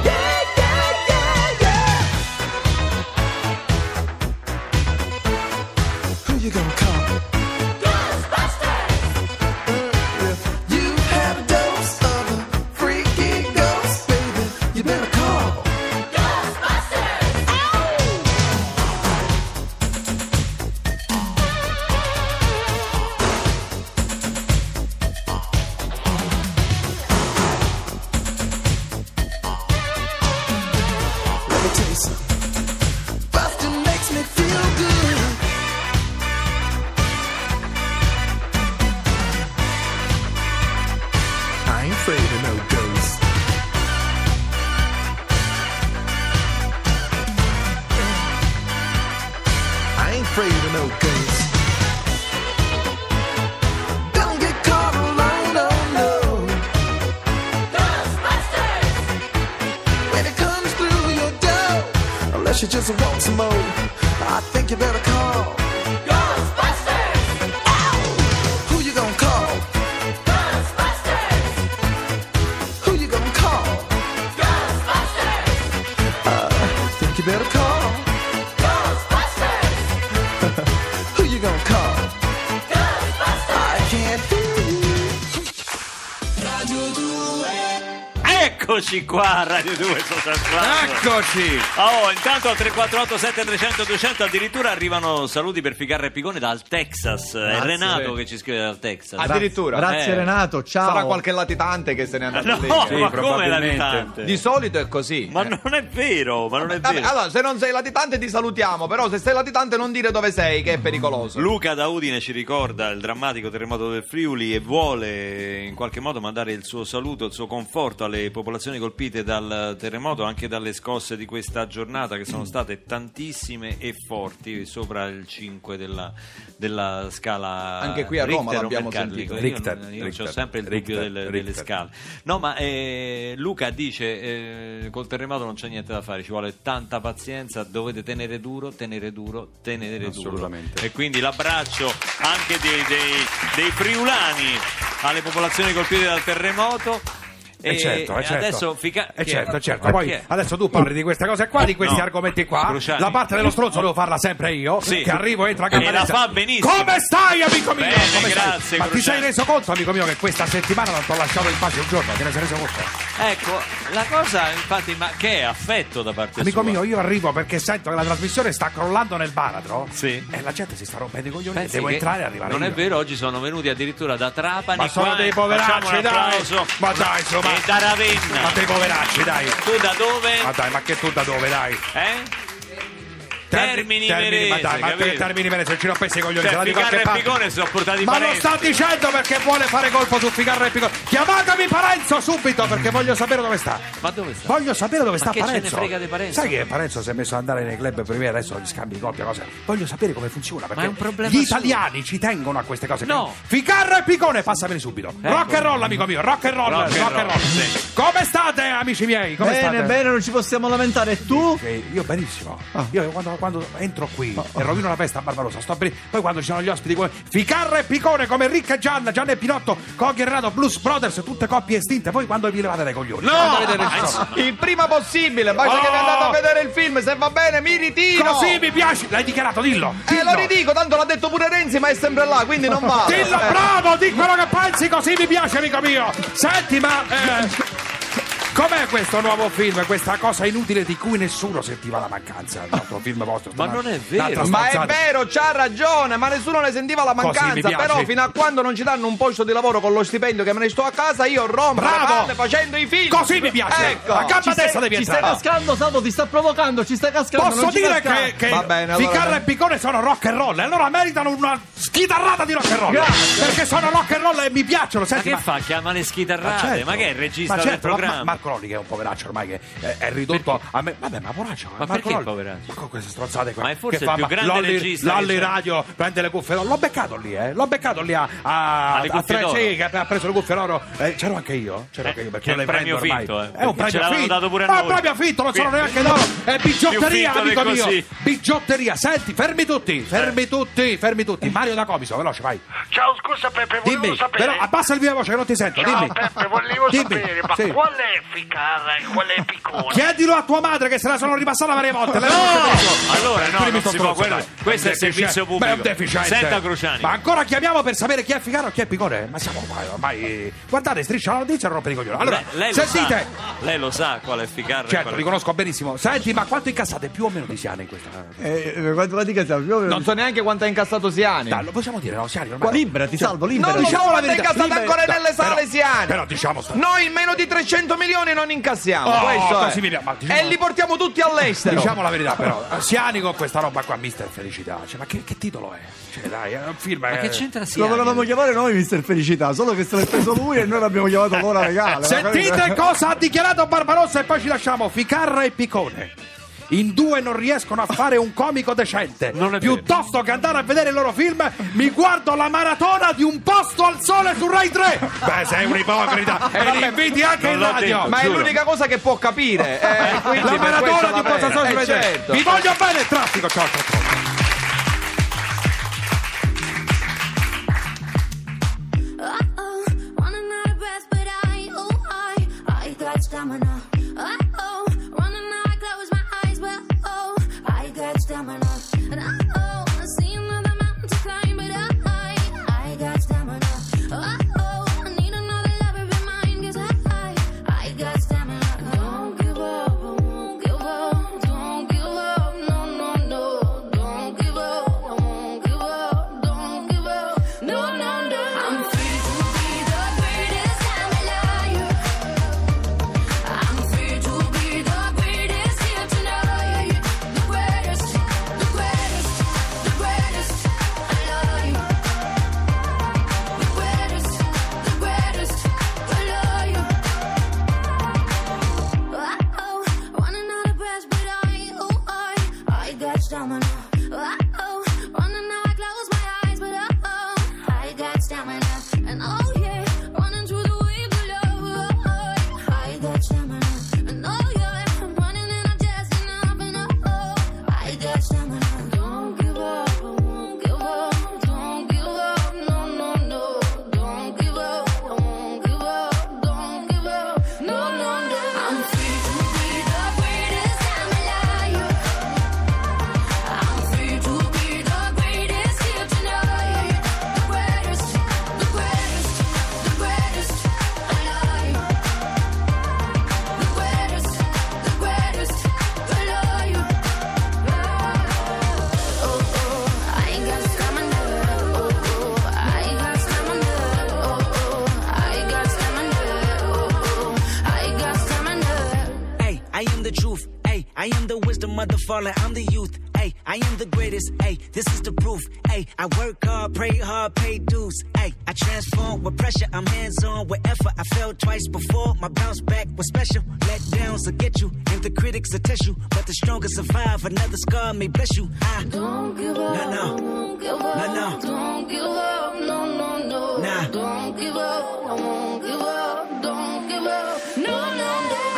[SPEAKER 8] Yeah, yeah, yeah, yeah. Who you gonna call? Ghostbusters! If you have a dose of a freaky ghost, baby, you better call. Let me tell you something. Busting makes me feel good. I ain't afraid of no ghosts. I ain't afraid of no ghosts. Don't get caught alone, oh no. Ghostbusters! When it comes through your door, unless you just want some more, I think you better call. Ghostbusters! Ow! Who you gonna call? Who you gonna call? Ghostbusters! Uh, think you better call. Ghostbusters! Who you gonna call? Ghostbusters! I can't hear you.
[SPEAKER 3] Eccoci qua, Radio 2 Social Club.
[SPEAKER 9] Eccoci!
[SPEAKER 3] Oh, intanto al 348 7300 200 addirittura arrivano saluti per Ficarra e Picone dal Texas. È Renato che ci scrive dal Texas.
[SPEAKER 6] Addirittura.
[SPEAKER 4] Grazie
[SPEAKER 3] Eh.
[SPEAKER 4] Renato, ciao.
[SPEAKER 6] Sarà qualche latitante che se n'è
[SPEAKER 3] [laughs]
[SPEAKER 6] andato
[SPEAKER 3] No,
[SPEAKER 6] lì.
[SPEAKER 3] ma
[SPEAKER 6] Sì.
[SPEAKER 3] come la
[SPEAKER 9] probabilmente.
[SPEAKER 3] mutante?
[SPEAKER 6] Di solito è così.
[SPEAKER 3] Ma
[SPEAKER 6] Eh.
[SPEAKER 3] non è vero, ma non è
[SPEAKER 6] Vabbè,
[SPEAKER 3] vero.
[SPEAKER 6] allora, se non sei latitante ti salutiamo, però se sei latitante non dire dove sei, che è pericoloso.
[SPEAKER 3] Luca da Udine ci ricorda il drammatico terremoto del Friuli e vuole in qualche modo mandare il suo saluto, il suo conforto alle popolazioni colpite dal terremoto, anche dalle scosse di questa giornata che sono state tantissime e forti, sopra il 5 della, della scala.
[SPEAKER 6] Anche qui a Roma
[SPEAKER 3] Richter,
[SPEAKER 6] l'abbiamo
[SPEAKER 3] o Mercalli.
[SPEAKER 6] sentito.
[SPEAKER 3] Io-
[SPEAKER 10] Richter,
[SPEAKER 3] Io, ho
[SPEAKER 10] Richter,
[SPEAKER 3] sempre il dubbio
[SPEAKER 10] Richter,
[SPEAKER 3] delle, delle
[SPEAKER 10] Richter.
[SPEAKER 3] scale. No, ma eh, Luca dice: eh, col terremoto non c'è niente da fare, ci vuole tanta pazienza, dovete tenere duro, tenere duro, tenere duro.
[SPEAKER 10] Assolutamente.
[SPEAKER 3] E quindi l'abbraccio anche dei, dei- dei friulani alle popolazioni colpite dal terremoto.
[SPEAKER 10] E, certo, eh, certo.
[SPEAKER 3] adesso fica...
[SPEAKER 10] Eh,
[SPEAKER 3] chi è?
[SPEAKER 10] certo, certo.
[SPEAKER 3] Chi
[SPEAKER 10] Poi
[SPEAKER 3] è?
[SPEAKER 10] adesso tu parli di queste cose qua, di questi
[SPEAKER 3] No.
[SPEAKER 10] argomenti qua.
[SPEAKER 3] Cruciani.
[SPEAKER 10] La parte dello stronzo devo farla sempre io.
[SPEAKER 3] Sì.
[SPEAKER 10] Che arrivo, entro a
[SPEAKER 3] E
[SPEAKER 10] campanella.
[SPEAKER 3] la fa benissimo.
[SPEAKER 10] Come stai, amico mio?
[SPEAKER 3] Bene,
[SPEAKER 10] Come stai?
[SPEAKER 3] grazie,
[SPEAKER 10] Ma ti
[SPEAKER 3] Cruciani.
[SPEAKER 10] sei reso conto, amico mio, che questa settimana non ti ho lasciato in pace un giorno? Te ne sei reso conto?
[SPEAKER 3] Ecco, la cosa infatti, ma che è affetto da parte
[SPEAKER 10] Amico
[SPEAKER 3] sua.
[SPEAKER 10] mio, io arrivo perché sento che la trasmissione sta crollando nel baratro.
[SPEAKER 3] Sì.
[SPEAKER 10] E la gente si sta rompendo i coglioni.
[SPEAKER 3] Pensi
[SPEAKER 10] devo
[SPEAKER 3] che
[SPEAKER 10] entrare e arrivare.
[SPEAKER 3] Non
[SPEAKER 10] io.
[SPEAKER 3] è vero, oggi sono venuti addirittura da Trapani.
[SPEAKER 10] Ma sono
[SPEAKER 3] qua,
[SPEAKER 10] dei poveracci,
[SPEAKER 3] facciamo un
[SPEAKER 10] dai.
[SPEAKER 3] applauso.
[SPEAKER 10] Ma dai, insomma.
[SPEAKER 3] E da Ravenna.
[SPEAKER 10] Ma dei poveracci, dai.
[SPEAKER 3] Tu da dove?
[SPEAKER 10] Ma dai, ma che tu da Cioè, dove, dai?
[SPEAKER 3] Eh? Termini Verese,
[SPEAKER 10] ma dai, ma
[SPEAKER 3] capito?
[SPEAKER 10] te- termini Verese, ci ho pesi i coglioni, se la
[SPEAKER 3] Cioè,
[SPEAKER 10] di
[SPEAKER 3] Ficarra
[SPEAKER 10] qualche
[SPEAKER 3] e
[SPEAKER 10] parte.
[SPEAKER 3] Picone si sono portati
[SPEAKER 10] Ma lo
[SPEAKER 3] Parenzo.
[SPEAKER 10] sta dicendo perché vuole fare colpo su Ficarra e Picone. Chiamatemi Parenzo subito perché voglio sapere dove sta.
[SPEAKER 3] Ma dove sta?
[SPEAKER 10] Voglio sapere dove sta
[SPEAKER 3] che ce ne
[SPEAKER 10] Parenzo.
[SPEAKER 3] frega di Parenzo?
[SPEAKER 10] Sai che Parenzo si è messo ad andare nei club privati, adesso gli scambi di coppia, cose. Voglio sapere come funziona perché
[SPEAKER 3] è un problema
[SPEAKER 10] gli
[SPEAKER 3] suo.
[SPEAKER 10] italiani ci tengono a queste cose.
[SPEAKER 3] No. Ecco.
[SPEAKER 10] Ficarra e Picone, passameli subito. Rock and roll, amico mio, rock and roll,
[SPEAKER 3] Rock
[SPEAKER 10] rock,
[SPEAKER 3] and
[SPEAKER 10] and
[SPEAKER 3] roll,
[SPEAKER 10] roll.
[SPEAKER 3] sì.
[SPEAKER 10] Come state, amici miei? Come
[SPEAKER 4] bene,
[SPEAKER 10] state?
[SPEAKER 4] bene, non ci possiamo lamentare. E Tu?
[SPEAKER 10] Che io benissimo.
[SPEAKER 6] Ah.
[SPEAKER 10] Io quando, quando entro qui e rovino la festa a Barbarossa, sto bene. Poi quando ci sono gli ospiti come Ficarra e Picone, come Ricca e Gianna, Gianna e Pinotto, Coghi e Renato, Blues Brothers, tutte coppie estinte, voi quando vi levate dai coglioni. Quando avete il
[SPEAKER 6] Eh,
[SPEAKER 10] registro.
[SPEAKER 6] Ah, Il prima possibile, basta
[SPEAKER 10] Oh!
[SPEAKER 6] che vi andate a vedere il film, se va bene mi ritiro.
[SPEAKER 10] Così mi piace! L'hai dichiarato, dillo!
[SPEAKER 6] Eh,
[SPEAKER 10] dillo.
[SPEAKER 6] lo ridico, tanto l'ha detto pure Renzi, ma è sempre là, quindi non vale.
[SPEAKER 10] Dillo,
[SPEAKER 6] Eh.
[SPEAKER 10] bravo, di quello che pensi, così mi piace, amico mio! Senti, ma. eh, Com'è questo nuovo film, questa cosa inutile di cui nessuno sentiva la mancanza? L'altro film vostro.
[SPEAKER 3] Ma
[SPEAKER 10] una-
[SPEAKER 3] non è vero.
[SPEAKER 10] un'altra
[SPEAKER 6] Ma è
[SPEAKER 10] stronzata.
[SPEAKER 6] vero, c'ha ragione, ma nessuno ne sentiva la
[SPEAKER 10] Così mi
[SPEAKER 6] mancanza.
[SPEAKER 10] piace.
[SPEAKER 6] Però fino a quando non ci danno un posto di lavoro con lo stipendio che me ne sto a casa, io rompo le
[SPEAKER 10] Bravo!
[SPEAKER 6] palle facendo i film.
[SPEAKER 10] Così mi piace!
[SPEAKER 6] Ecco.
[SPEAKER 10] La gamba destra devi
[SPEAKER 4] Ci stai
[SPEAKER 10] entrare!
[SPEAKER 4] cascando, Salvo, ti sta provocando, ci stai cascando.
[SPEAKER 10] Posso
[SPEAKER 4] non ci
[SPEAKER 10] dire
[SPEAKER 4] cascare.
[SPEAKER 10] che, che
[SPEAKER 6] Va bene, allora-
[SPEAKER 10] Ficarra e Piccone sono rock and roll e allora meritano una schitarrata di rock and roll perché sono rock and roll e mi piacciono
[SPEAKER 3] Ma
[SPEAKER 10] senti,
[SPEAKER 3] che fa? Chiama le
[SPEAKER 10] Ma
[SPEAKER 3] schitarrate?
[SPEAKER 10] certo.
[SPEAKER 3] ma che è il regista
[SPEAKER 10] Ma certo,
[SPEAKER 3] del
[SPEAKER 10] ma- ma-
[SPEAKER 3] programma?
[SPEAKER 10] Marco Lolli che è un poveraccio ormai che eh, è, è ridotto a me. Vabbè, ma poveraccio. Marco
[SPEAKER 3] perché
[SPEAKER 10] Lolli-
[SPEAKER 3] poveraccio?
[SPEAKER 10] Ma con queste strozzate qua.
[SPEAKER 3] Ma è forse
[SPEAKER 10] che
[SPEAKER 3] il più grande
[SPEAKER 10] Lolli,
[SPEAKER 3] regista che
[SPEAKER 10] Lolli
[SPEAKER 3] c'è.
[SPEAKER 10] Radio prende le cuffie d'oro. L'ho beccato lì, eh. L'ho beccato lì a. a,
[SPEAKER 3] Alle
[SPEAKER 10] a
[SPEAKER 3] cuffie
[SPEAKER 10] tre-
[SPEAKER 3] d'oro.
[SPEAKER 10] sì, che ha preso le cuffie d'oro. Eh, c'ero anche io. C'ero
[SPEAKER 3] Eh,
[SPEAKER 10] anche io
[SPEAKER 3] che
[SPEAKER 10] perché
[SPEAKER 3] è
[SPEAKER 10] non le
[SPEAKER 3] un premio
[SPEAKER 10] prendo ormai.
[SPEAKER 3] finto, eh,
[SPEAKER 10] È
[SPEAKER 3] perché ce
[SPEAKER 10] un premio
[SPEAKER 3] l'avevano
[SPEAKER 10] finto.
[SPEAKER 3] dato pure a
[SPEAKER 10] Ma è
[SPEAKER 3] noi.
[SPEAKER 10] un premio finto, non sono neanche d'oro. È bigiotteria,
[SPEAKER 3] [laughs] Più finto
[SPEAKER 10] amico
[SPEAKER 3] di
[SPEAKER 10] mio.
[SPEAKER 3] così. Eh.
[SPEAKER 10] Bigiotteria. Senti, fermi tutti, fermi tutti, fermi tutti. Mario da Comiso, veloce, vai.
[SPEAKER 11] Ciao, scusa Peppe, volevo
[SPEAKER 10] Dimmi,
[SPEAKER 11] sapere.
[SPEAKER 10] però abbassa il viva voce che non ti sento,
[SPEAKER 11] Ciao
[SPEAKER 10] dimmi.
[SPEAKER 11] Peppe, volevo
[SPEAKER 10] Dimmi,
[SPEAKER 11] sapere, ma
[SPEAKER 10] sì.
[SPEAKER 11] qual è Ficarra e qual è Piccone?
[SPEAKER 10] Chiedilo a tua madre che se la sono ripassata varie volte. No!
[SPEAKER 3] Allora, no, non si può, quello- questo è servizio pubblico.
[SPEAKER 10] è un deficiente.
[SPEAKER 3] Senta Cruciani.
[SPEAKER 10] Ma ancora chiamiamo per sapere chi è Figaro e chi è Picone. Ma siamo ormai, ormai... Guardate, striscia la notizia e non rompere i coglioni. Allora,
[SPEAKER 3] lei, lei lo
[SPEAKER 10] sentite.
[SPEAKER 3] sa, lei lo sa qual è Ficarra e
[SPEAKER 10] Certo,
[SPEAKER 3] qual è-
[SPEAKER 10] li conosco benissimo. Senti, ma quanto incassate più o meno di Siane in questa...
[SPEAKER 4] Eh, eh, guarda, guarda che siamo- io-
[SPEAKER 6] Non so neanche quanto ha incassato Siani.
[SPEAKER 10] Dai, lo possiamo dire, no? Siani
[SPEAKER 4] Qua- Cioè,
[SPEAKER 10] ormai...
[SPEAKER 4] Liberati, Salvo,
[SPEAKER 6] Non
[SPEAKER 4] liberati.
[SPEAKER 6] lo
[SPEAKER 10] diciamo
[SPEAKER 6] so,
[SPEAKER 10] la
[SPEAKER 6] quanto ha
[SPEAKER 10] verità,
[SPEAKER 6] incassato
[SPEAKER 10] libera-
[SPEAKER 6] ancora nelle
[SPEAKER 10] però-
[SPEAKER 6] sale Siani.
[SPEAKER 10] Però diciamo... sta-
[SPEAKER 6] Noi in meno di 300 milioni non incassiamo,
[SPEAKER 10] Oh,
[SPEAKER 6] questo è.
[SPEAKER 10] così mi- ma diciamo-
[SPEAKER 6] E li portiamo tutti all'estero.
[SPEAKER 10] Diciamo la verità però, Siani con questa roba qua, Mister Felicità, cioè, ma che, che titolo è? Cioè dai, è un film...
[SPEAKER 3] Ma che
[SPEAKER 10] eh,
[SPEAKER 3] c'entra
[SPEAKER 4] Lo
[SPEAKER 3] Siani?
[SPEAKER 4] volevamo chiamare noi Mister Felicità, solo che se l'ha preso lui e noi l'abbiamo chiamato l'ora legale. [laughs]
[SPEAKER 10] eh, Sentite [laughs] cosa ha dichiarato Barbarossa e poi ci lasciamo Ficarra e Picone. In due non riescono a fare un comico decente.
[SPEAKER 3] Non è vero.
[SPEAKER 10] Piuttosto che andare a vedere il loro film, mi guardo la maratona di un posto al sole su Rai 3. Beh, sei un [laughs] ipocrita. e li inviti anche in
[SPEAKER 3] l'ho
[SPEAKER 10] radio.
[SPEAKER 3] detto,
[SPEAKER 6] Ma è
[SPEAKER 3] Giuro.
[SPEAKER 6] l'unica cosa che può
[SPEAKER 10] [laughs]
[SPEAKER 6] capire. eh, quindi
[SPEAKER 10] la
[SPEAKER 6] per questo
[SPEAKER 10] maratona
[SPEAKER 6] va
[SPEAKER 10] di un posto al sole
[SPEAKER 6] bene.
[SPEAKER 10] su
[SPEAKER 6] Eh,
[SPEAKER 10] Rai 3.
[SPEAKER 6] certo.
[SPEAKER 10] Vi voglio bene, traffico. Ciao, ciao, ciao.
[SPEAKER 12] Uh-oh, running out of breath, but I, oh, I, I got stamina. Uh-oh, running out, I close my eyes, well, oh, I got stamina. And uh-oh, I oh, see another mountain to climb, but I, I got oh, stamina. Uh-oh, I need another lover in mine, 'cause I, I got stamina. Oh, got stamina. Oh, oh, running now I close my eyes, but oh, oh, I got stamina. And oh yeah, running through the wave of love. Oh, oh, I got stamina. And oh yeah, I'm running and I'm just enough. And oh, oh, I got stamina. Don't give up, I won't give up. Don't give up, no, no, no. Don't give up, I won't give up. Don't give up, no, no, no. I'm free to be the greatest I'm alive. I'm free to be the greatest here tonight. The greatest, the greatest, the greatest alive. The greatest, the greatest alive. Oh oh, I ain't got stamina. Oh oh, I ain't got stamina. Oh oh, I got stamina. Oh oh, I got stamina.
[SPEAKER 13] Hey, I am the truth. Hey, I am the wisdom of the fallen. I'm the youth. Hey, I am the greatest. Hey, this is the proof. Hey, I work hard, pray hard, pay dues. Hey, I transform with pressure. I'm hands on with effort. I fell twice before. My bounce back was special. Let downs will get you, and the critics will test you. But the strongest survive. Another scar may bless you. I
[SPEAKER 12] don't give up.
[SPEAKER 13] No, no.
[SPEAKER 12] Don't give up.
[SPEAKER 13] No, no.
[SPEAKER 12] Don't give up. No, no, no. Don't give up. I won't give up. Don't give up. No, no, no.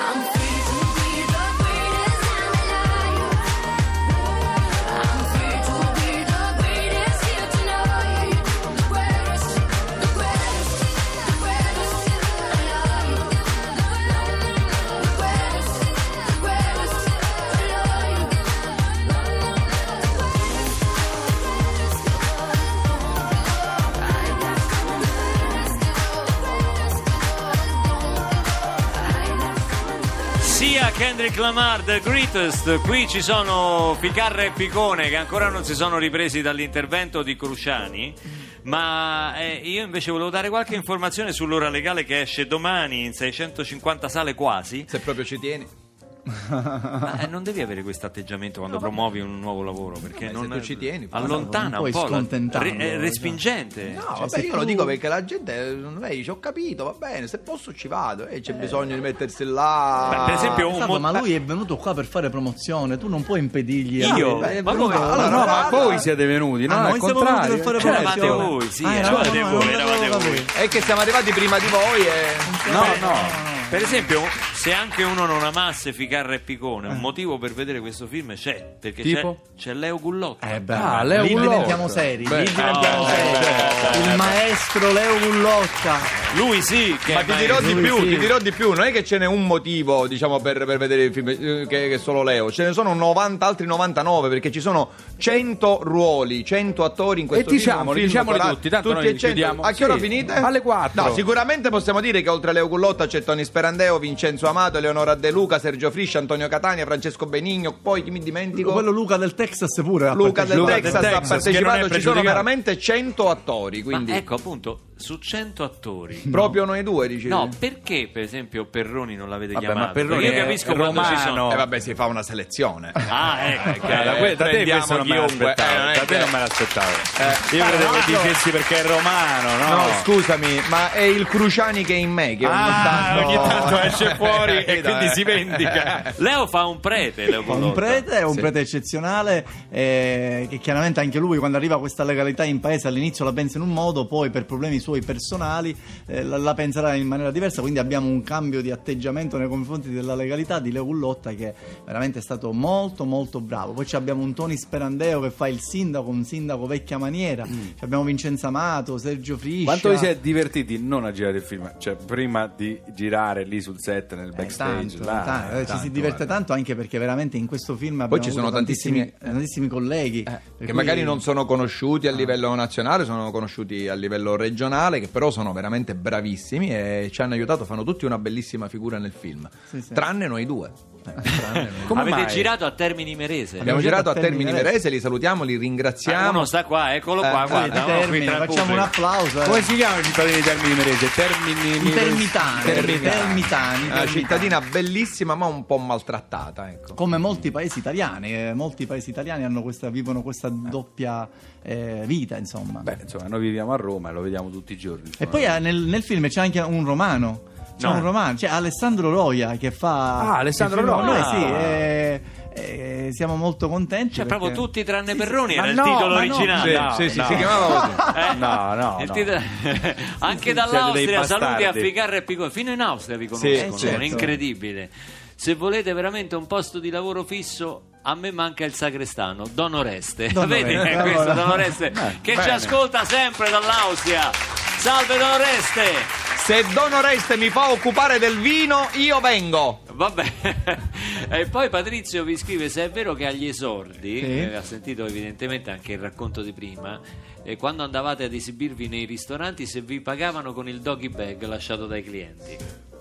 [SPEAKER 12] I'm free to be the greatest I'm alive. I'm free to be the greatest here tonight. The greatest, the greatest, the greatest alive. The greatest, the greatest alive.
[SPEAKER 3] Sia Kendrick Lamar, The Greatest, qui ci sono Ficarra e Picone che ancora non si sono ripresi dall'intervento di Cruciani. Ma eh, io invece volevo dare qualche informazione sull'ora legale che esce domani in 650 sale quasi.
[SPEAKER 6] Se proprio ci tieni.
[SPEAKER 4] Ah.
[SPEAKER 3] Ma eh, non devi avere questo atteggiamento quando promuovi un nuovo lavoro perché
[SPEAKER 6] se
[SPEAKER 3] non
[SPEAKER 6] tu ci tieni,
[SPEAKER 3] allontana
[SPEAKER 4] non
[SPEAKER 3] un
[SPEAKER 4] puoi
[SPEAKER 3] po', la-
[SPEAKER 4] scontentarlo, cioè.
[SPEAKER 3] re- è
[SPEAKER 4] già.
[SPEAKER 3] respingente.
[SPEAKER 6] No,
[SPEAKER 13] Cioè,
[SPEAKER 6] vabbè, io lo dico perché la gente, eh, lei dice ho capito, va bene, se posso ci vado, e
[SPEAKER 13] Eh.
[SPEAKER 6] c'è bisogno di mettersi là.
[SPEAKER 3] Beh, per esempio, un
[SPEAKER 4] Esatto,
[SPEAKER 3] mo-
[SPEAKER 4] ma lui è venuto qua per fare promozione, tu non puoi impedirgli. Eh,
[SPEAKER 3] Io?
[SPEAKER 6] eh,
[SPEAKER 4] È
[SPEAKER 3] Ma
[SPEAKER 4] venuto-
[SPEAKER 3] come?
[SPEAKER 4] Allora,
[SPEAKER 5] no, ma
[SPEAKER 4] guarda-
[SPEAKER 5] voi siete venuti, no?
[SPEAKER 4] Ah,
[SPEAKER 5] Al
[SPEAKER 4] noi siamo venuti
[SPEAKER 5] contrario.
[SPEAKER 4] per fare
[SPEAKER 5] Certo.
[SPEAKER 3] Eravate
[SPEAKER 4] promozione.
[SPEAKER 3] Cioè, voi, sì,
[SPEAKER 4] Ah,
[SPEAKER 3] eravate
[SPEAKER 4] eravamo
[SPEAKER 3] voi,
[SPEAKER 4] noi,
[SPEAKER 3] eravate
[SPEAKER 4] eravamo
[SPEAKER 3] voi.
[SPEAKER 6] È che siamo arrivati prima di voi eh. e...
[SPEAKER 5] No, no.
[SPEAKER 3] Per esempio, se anche uno non amasse Ficarra e Picone, un motivo per vedere questo film c'è, perché c'è,
[SPEAKER 5] Eh. Tipo?
[SPEAKER 3] c'è Leo Gullotta.
[SPEAKER 4] Eh beh,
[SPEAKER 5] Ah, Leo
[SPEAKER 4] lì
[SPEAKER 5] Gullotta.
[SPEAKER 4] diventiamo seri,
[SPEAKER 5] Beh.
[SPEAKER 4] lì diventiamo
[SPEAKER 3] Oh,
[SPEAKER 4] seri.
[SPEAKER 3] beh, beh,
[SPEAKER 4] Il maestro Leo Gullotta.
[SPEAKER 3] Lui sì, che
[SPEAKER 6] Ma
[SPEAKER 3] è
[SPEAKER 6] ti dirò di
[SPEAKER 4] lui
[SPEAKER 6] più,
[SPEAKER 4] sì.
[SPEAKER 6] ti dirò di più, non è che ce n'è un motivo, diciamo, per, per vedere il film, eh, che, che solo Leo, ce ne sono 90, altri 99, perché ci sono 100 ruoli, 100 attori in
[SPEAKER 5] E
[SPEAKER 6] questo film. un
[SPEAKER 5] diciamoli,
[SPEAKER 6] film
[SPEAKER 5] diciamoli
[SPEAKER 6] sarà-
[SPEAKER 5] tutti, tanto
[SPEAKER 6] e
[SPEAKER 5] noi
[SPEAKER 6] 100.
[SPEAKER 5] chiudiamo.
[SPEAKER 6] A che ora
[SPEAKER 5] Sì,
[SPEAKER 6] finite?
[SPEAKER 5] Alle 4.
[SPEAKER 6] No, sicuramente possiamo dire che oltre a Leo Gullotta c'è Tony Sperandeo, Vincenzo Amato, Eleonora De Luca, Sergio Friscia, Antonio Catania, Francesco Benigno, poi chi mi dimentico?
[SPEAKER 4] Quello Luca del Texas pure. ha
[SPEAKER 6] Luca del
[SPEAKER 5] Luca del
[SPEAKER 6] Texas ha
[SPEAKER 5] Texas, che non è
[SPEAKER 6] partecipato, ci sono
[SPEAKER 5] pregiudicato.
[SPEAKER 6] veramente 100 attori,
[SPEAKER 3] Ma
[SPEAKER 6] quindi
[SPEAKER 3] ecco appunto, su 100 attori.
[SPEAKER 6] proprio noi due dici.
[SPEAKER 3] No, perché per esempio Perroni non l'avete
[SPEAKER 5] Vabbè,
[SPEAKER 3] chiamato?
[SPEAKER 5] ma Perroni
[SPEAKER 3] Perché io
[SPEAKER 5] è
[SPEAKER 3] capisco quando ci sono.
[SPEAKER 5] romano.
[SPEAKER 6] E Eh, vabbè, si fa una selezione.
[SPEAKER 3] Ah,
[SPEAKER 5] [laughs]
[SPEAKER 3] ecco, è
[SPEAKER 5] Eh,
[SPEAKER 3] chiaro.
[SPEAKER 5] da, que- da te
[SPEAKER 6] prendiamo
[SPEAKER 5] questo non me
[SPEAKER 6] chiunque, eh, non
[SPEAKER 5] l'aspettavo.
[SPEAKER 6] è
[SPEAKER 5] Da te
[SPEAKER 6] che-
[SPEAKER 5] non me l'aspettavo.
[SPEAKER 6] Eh,
[SPEAKER 5] Io
[SPEAKER 6] tra
[SPEAKER 5] credevo che
[SPEAKER 6] l'altro-
[SPEAKER 5] dicessi perché è romano, no?
[SPEAKER 6] No, scusami, ma è il Cruciani che è in me che ogni
[SPEAKER 5] Ah,
[SPEAKER 6] tanto...
[SPEAKER 5] ogni
[SPEAKER 6] [laughs]
[SPEAKER 5] tanto esce fuori e
[SPEAKER 6] Capito,
[SPEAKER 5] quindi
[SPEAKER 6] eh?
[SPEAKER 5] si vendica.
[SPEAKER 3] [laughs] Leo fa un prete, Leo
[SPEAKER 4] Un
[SPEAKER 3] Gullotta.
[SPEAKER 4] prete, un
[SPEAKER 6] Sì.
[SPEAKER 4] prete eccezionale, eh, che chiaramente anche lui quando arriva questa legalità in paese all'inizio la pensa in un modo, poi per problemi suoi personali eh, la, la penserà in maniera diversa, quindi abbiamo un cambio di atteggiamento nei confronti della legalità di Leo Gullotta che veramente è stato molto molto bravo. Poi ci abbiamo un Tony Sperandeo che fa il sindaco, un sindaco vecchia maniera, Ci abbiamo Vincenzo Amato, Sergio Friscia.
[SPEAKER 5] Quanto vi siete divertiti non a girare il film? Cioè, prima di girare lì sul set, nel
[SPEAKER 4] Eh,
[SPEAKER 5] backstage,
[SPEAKER 4] tanto,
[SPEAKER 5] là,
[SPEAKER 4] tanto, eh,
[SPEAKER 5] eh,
[SPEAKER 4] ci si
[SPEAKER 5] tanto,
[SPEAKER 4] diverte
[SPEAKER 5] guarda.
[SPEAKER 4] tanto anche perché veramente in questo film abbiamo
[SPEAKER 6] ci sono
[SPEAKER 4] avuto tantissimi,
[SPEAKER 6] tantissimi- Eh,
[SPEAKER 4] eh, tantissimi colleghi per
[SPEAKER 6] Che
[SPEAKER 4] cui-
[SPEAKER 6] magari non sono conosciuti a livello nazionale, sono conosciuti a livello regionale, che però sono veramente bravissimi e ci hanno aiutato, fanno tutti una bellissima figura nel film,
[SPEAKER 4] Sì, sì.
[SPEAKER 6] tranne noi due.
[SPEAKER 5] Come
[SPEAKER 3] Avete
[SPEAKER 5] mai?
[SPEAKER 3] girato a Termini Merese.
[SPEAKER 6] Abbiamo girato a Termini Verese, li salutiamo, li
[SPEAKER 3] Ah,
[SPEAKER 6] ringraziamo.
[SPEAKER 3] Uno sta qua, eccolo
[SPEAKER 6] Eh,
[SPEAKER 3] qua,
[SPEAKER 6] sì,
[SPEAKER 4] Sì,
[SPEAKER 3] guarda, uno qui
[SPEAKER 4] Termini,
[SPEAKER 3] tra il
[SPEAKER 4] facciamo un
[SPEAKER 3] pubblico.
[SPEAKER 4] applauso. eh.
[SPEAKER 5] Come si chiamano i cittadini di Termini Merese? Termini
[SPEAKER 4] I termitani,
[SPEAKER 6] Termitani.
[SPEAKER 4] termitani,
[SPEAKER 6] Una
[SPEAKER 4] termitani.
[SPEAKER 6] cittadina bellissima ma un po' maltrattata, ecco.
[SPEAKER 4] Come molti paesi italiani, eh, molti paesi italiani hanno questa, vivono questa doppia eh, vita, insomma.
[SPEAKER 5] Beh, insomma, noi viviamo a Roma e lo vediamo tutti i giorni.
[SPEAKER 4] E poi eh, nel, nel film c'è anche un romano. C'è
[SPEAKER 3] No.
[SPEAKER 4] un romano, c'è Alessandro Roia che fa.
[SPEAKER 5] Ah, Alessandro
[SPEAKER 4] che fa-
[SPEAKER 5] Roia.
[SPEAKER 4] Eh, sì, è, eh, siamo molto contenti.
[SPEAKER 3] Cioè,
[SPEAKER 4] perché-
[SPEAKER 3] proprio tutti tranne
[SPEAKER 4] Sì, sì.
[SPEAKER 3] Perroni
[SPEAKER 4] Ma
[SPEAKER 3] era
[SPEAKER 4] no,
[SPEAKER 3] il titolo
[SPEAKER 4] ma no.
[SPEAKER 3] originale.
[SPEAKER 4] Sì,
[SPEAKER 3] Ah, No,
[SPEAKER 4] sì, sì,
[SPEAKER 3] no.
[SPEAKER 4] si chiamava così.
[SPEAKER 3] Eh?
[SPEAKER 4] No, no,
[SPEAKER 3] Il
[SPEAKER 4] no. [laughs]
[SPEAKER 3] titolo- Anche dall'Austria
[SPEAKER 7] siete dei
[SPEAKER 3] saluti a
[SPEAKER 7] bastardi.
[SPEAKER 3] Ficarra e Picone. Fino in Austria vi
[SPEAKER 7] Sì,
[SPEAKER 3] conoscono,
[SPEAKER 7] certo.
[SPEAKER 3] sono incredibile. Se volete veramente un posto di lavoro fisso, a me manca il sagrestano, Don Oreste.
[SPEAKER 7] Don
[SPEAKER 3] [laughs] Vedi,
[SPEAKER 7] Oreste,
[SPEAKER 3] è questo
[SPEAKER 7] allora.
[SPEAKER 3] Don Oreste
[SPEAKER 4] Eh,
[SPEAKER 7] Beh,
[SPEAKER 3] che ci
[SPEAKER 7] bene.
[SPEAKER 3] ascolta sempre dall'Austria. Salve Don Oreste!
[SPEAKER 6] Se Don Oreste mi fa occupare del vino, io vengo.
[SPEAKER 3] Vabbè, [laughs] e poi Patrizio vi scrive: Se è vero che agli esordi, eh, ha sentito evidentemente anche il racconto di prima, eh, quando andavate ad esibirvi nei ristoranti, se vi pagavano con il doggy bag lasciato dai clienti.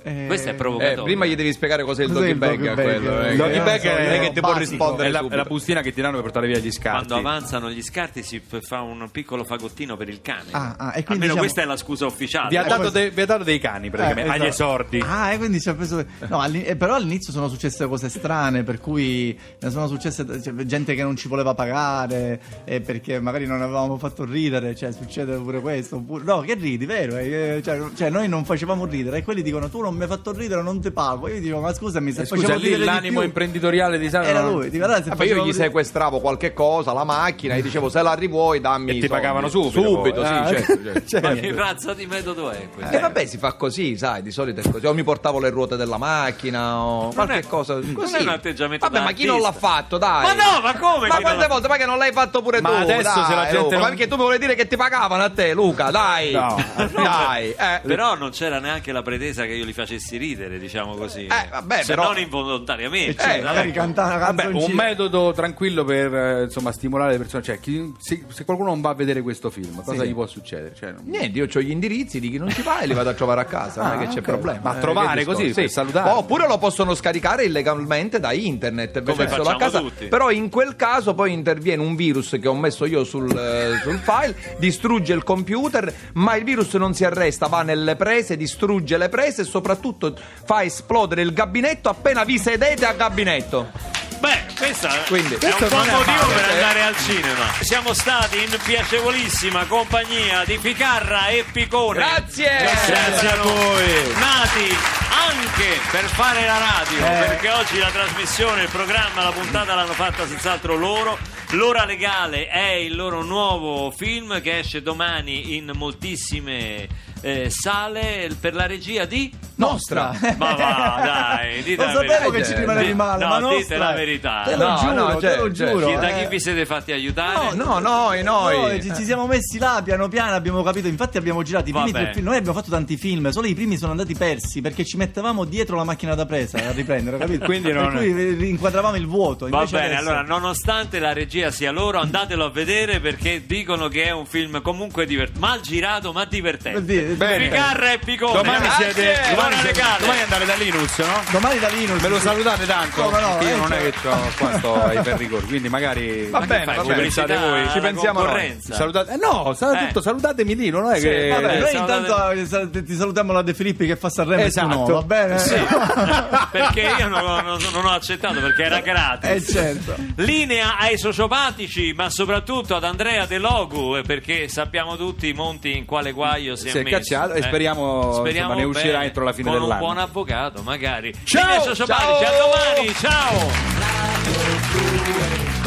[SPEAKER 3] Questo è provocatorio.
[SPEAKER 6] Eh, prima gli devi spiegare cos'è il doggy bag. a quello, eh.
[SPEAKER 14] Il doggy bag non è che ti può
[SPEAKER 6] Basico.
[SPEAKER 14] rispondere. È la,
[SPEAKER 6] subito.
[SPEAKER 14] è la bustina che ti danno per portare via gli scarti.
[SPEAKER 3] Quando avanzano gli scarti si f- fa un piccolo fagottino per il cane.
[SPEAKER 4] Ah, ah, e quindi
[SPEAKER 3] Almeno
[SPEAKER 4] diciamo-
[SPEAKER 3] questa è la scusa ufficiale.
[SPEAKER 14] Vi ha, dato dei, vi ha dato dei cani praticamente,
[SPEAKER 4] Eh,
[SPEAKER 14] agli
[SPEAKER 4] esatto.
[SPEAKER 14] esordi.
[SPEAKER 4] Ah, e quindi ci ha preso. No, all'in- eh, però all'inizio sono successe cose strane, per cui ne sono successe cioè, gente che non ci voleva pagare eh, perché magari non avevamo fatto ridere, cioè succede pure questo. oppure- No, che ridi, vero? Eh, cioè, cioè, noi non facevamo ridere e quelli dicono tu non mi hai fatto ridere, non ti pago. Io dico ma scusami se
[SPEAKER 14] Eh,
[SPEAKER 4] facevo
[SPEAKER 14] Scusa, lì
[SPEAKER 4] ridere di
[SPEAKER 14] l'animo
[SPEAKER 4] più-
[SPEAKER 14] imprenditoriale di Sara
[SPEAKER 4] Era
[SPEAKER 14] non-
[SPEAKER 4] lui, dico, allora se
[SPEAKER 6] Vabbè, Ah, io
[SPEAKER 4] facevamo
[SPEAKER 6] gli
[SPEAKER 4] ridere-
[SPEAKER 6] sequestravo qualche cosa, la macchina, e dicevo se la rivuoi
[SPEAKER 14] E
[SPEAKER 6] dammi.
[SPEAKER 14] ti
[SPEAKER 6] i soldi.
[SPEAKER 14] pagavano subito,
[SPEAKER 6] Subito,
[SPEAKER 14] poi.
[SPEAKER 6] sì,
[SPEAKER 14] Ah,
[SPEAKER 6] certo, certo.
[SPEAKER 3] Ma che razza di metodo è questo?
[SPEAKER 6] E vabbè, si fa così, sai, di solito è così. O mi portavo le ruote della macchina o qualche cosa. Così.
[SPEAKER 3] Non è un atteggiamento
[SPEAKER 6] vabbè,
[SPEAKER 3] da
[SPEAKER 6] ma chi non l'ha
[SPEAKER 3] artista.
[SPEAKER 6] fatto, dai?
[SPEAKER 3] Ma no, ma come?
[SPEAKER 6] eh, Ma
[SPEAKER 3] chi non
[SPEAKER 6] quante
[SPEAKER 3] l'ha-
[SPEAKER 6] volte? Ma che non l'hai fatto pure
[SPEAKER 14] Ma
[SPEAKER 6] tu?
[SPEAKER 14] adesso
[SPEAKER 6] dai,
[SPEAKER 14] se la gente
[SPEAKER 6] Luca,
[SPEAKER 14] non-
[SPEAKER 6] Ma perché tu mi vuoi dire che ti pagavano a te, Luca? Dai,
[SPEAKER 14] No.
[SPEAKER 6] dai, eh.
[SPEAKER 3] Però non c'era neanche la pretesa che io li facessi ridere, diciamo così.
[SPEAKER 6] Eh, vabbè,
[SPEAKER 3] Se
[SPEAKER 6] però-
[SPEAKER 3] non involontariamente.
[SPEAKER 14] E cioè,
[SPEAKER 3] Eh,
[SPEAKER 14] magari
[SPEAKER 4] cantare una
[SPEAKER 14] Vabbè, un
[SPEAKER 4] canzoncina.
[SPEAKER 14] metodo tranquillo per eh, insomma, stimolare le persone. Cioè, chi- se, se qualcuno non va a vedere questo film, cosa
[SPEAKER 6] Sì.
[SPEAKER 14] gli può succedere? Cioè, non-
[SPEAKER 6] Niente, io ho gli indirizzi di chi non ci va e li vado a trovare a casa, non è
[SPEAKER 14] Ah,
[SPEAKER 6] che c'è
[SPEAKER 14] ok.
[SPEAKER 6] problema.
[SPEAKER 14] Ma
[SPEAKER 6] eh,
[SPEAKER 14] trovare
[SPEAKER 6] che discorso.
[SPEAKER 14] così, per salutare.
[SPEAKER 6] Oppure lo possono scaricare illegalmente da internet e
[SPEAKER 3] Come
[SPEAKER 6] vederselo a
[SPEAKER 3] facciamo
[SPEAKER 6] casa.
[SPEAKER 3] tutti.
[SPEAKER 6] Però in quel caso poi interviene un virus che ho messo io sul, eh, sul file, distrugge il computer, ma il virus non si arresta, va nelle prese, distrugge le prese e soprattutto fa esplodere il gabinetto appena vi sedete a gabinetto.
[SPEAKER 3] Beh, questa
[SPEAKER 6] Quindi-
[SPEAKER 3] è
[SPEAKER 6] Questo
[SPEAKER 3] un buon
[SPEAKER 6] non è
[SPEAKER 3] motivo
[SPEAKER 6] male,
[SPEAKER 3] per
[SPEAKER 6] eh.
[SPEAKER 3] andare al cinema. Siamo stati in piacevolissima compagnia di Ficarra e Picone.
[SPEAKER 6] Grazie!
[SPEAKER 3] Che
[SPEAKER 6] Grazie a
[SPEAKER 3] erano
[SPEAKER 6] voi.
[SPEAKER 3] Nati anche per fare la radio,
[SPEAKER 6] Eh.
[SPEAKER 3] perché oggi la trasmissione, il programma, la puntata l'hanno fatta senz'altro loro. L'ora legale è il loro nuovo film che esce domani in moltissime eh, sale per la regia di
[SPEAKER 4] Nostra.
[SPEAKER 3] Ma
[SPEAKER 4] [laughs]
[SPEAKER 3] va, dai, dite
[SPEAKER 4] Lo
[SPEAKER 3] la verità.
[SPEAKER 4] sapevo che ci rimanevi
[SPEAKER 3] Di-
[SPEAKER 4] male,
[SPEAKER 3] no,
[SPEAKER 4] ma
[SPEAKER 3] dite
[SPEAKER 4] Nostra
[SPEAKER 3] la
[SPEAKER 4] è-
[SPEAKER 3] verità.
[SPEAKER 4] Te lo
[SPEAKER 6] No,
[SPEAKER 4] giuro,
[SPEAKER 6] no,
[SPEAKER 4] te lo
[SPEAKER 6] certo, certo.
[SPEAKER 4] giuro.
[SPEAKER 3] Chi- da
[SPEAKER 4] eh.
[SPEAKER 3] chi vi siete fatti aiutare?
[SPEAKER 6] No, noi, noi.
[SPEAKER 4] Noi ci, ci siamo messi là piano piano, abbiamo capito. Infatti, abbiamo girato i primi
[SPEAKER 3] Vabbè.
[SPEAKER 4] tre film. Noi abbiamo fatto tanti film, solo i primi sono andati persi perché ci mettevamo dietro la macchina da presa a riprendere, capito?
[SPEAKER 14] Quindi
[SPEAKER 4] per
[SPEAKER 14] non-
[SPEAKER 4] cui inquadravamo il vuoto.
[SPEAKER 3] Va
[SPEAKER 4] Invece
[SPEAKER 3] bene,
[SPEAKER 4] adesso-
[SPEAKER 3] allora, nonostante la regia sia loro, andatelo a vedere perché dicono che è un film comunque divertente, mal girato ma divertente.
[SPEAKER 4] Vuol dire-
[SPEAKER 14] Bene.
[SPEAKER 3] Ficarra e Picone.
[SPEAKER 6] Ah,
[SPEAKER 14] Domani
[SPEAKER 3] Grazie.
[SPEAKER 14] siete. Domani,
[SPEAKER 3] Buona
[SPEAKER 14] siete-
[SPEAKER 3] legale.
[SPEAKER 14] domani andare da Linux, no?
[SPEAKER 4] Domani da Linux.
[SPEAKER 14] Me lo salutate tanto.
[SPEAKER 4] Come no,
[SPEAKER 14] perché io
[SPEAKER 4] eh,
[SPEAKER 14] non è
[SPEAKER 4] cioè-
[SPEAKER 14] che sto, qua sto ai perrigori, quindi magari.
[SPEAKER 6] Va
[SPEAKER 14] Ma
[SPEAKER 6] bene,
[SPEAKER 14] che fai,
[SPEAKER 6] va
[SPEAKER 14] ci
[SPEAKER 6] bene.
[SPEAKER 14] pensate voi.
[SPEAKER 3] Ci pensiamo noi.
[SPEAKER 14] Ci Salutate... eh, no, sa-
[SPEAKER 3] Eh.
[SPEAKER 14] tutto, salutatemi lì, non è
[SPEAKER 3] Sì,
[SPEAKER 14] che.
[SPEAKER 4] Vabbè,
[SPEAKER 3] Eh,
[SPEAKER 4] noi
[SPEAKER 3] salutate-
[SPEAKER 4] intanto eh, sal- ti salutiamo la De Filippi che fa Sanremo e tu
[SPEAKER 14] Esatto.
[SPEAKER 4] no, va bene?
[SPEAKER 3] Sì. perché io non, non- non ho accettato perché era gratis.
[SPEAKER 4] Eh, certo.
[SPEAKER 3] Linea ai sociopatici, ma soprattutto ad Andrea De Logu, eh, perché sappiamo tutti Monti in quale guaio si è,
[SPEAKER 14] Si è
[SPEAKER 3] messo. eh.
[SPEAKER 14] cacciato e speriamo, insomma, ne uscirà
[SPEAKER 3] bene,
[SPEAKER 14] entro la fine
[SPEAKER 3] con
[SPEAKER 14] dell'anno.
[SPEAKER 3] un buon avvocato, magari.
[SPEAKER 14] Ciao,
[SPEAKER 3] Linea ai sociopatici,
[SPEAKER 6] ciao.
[SPEAKER 3] a domani, ciao!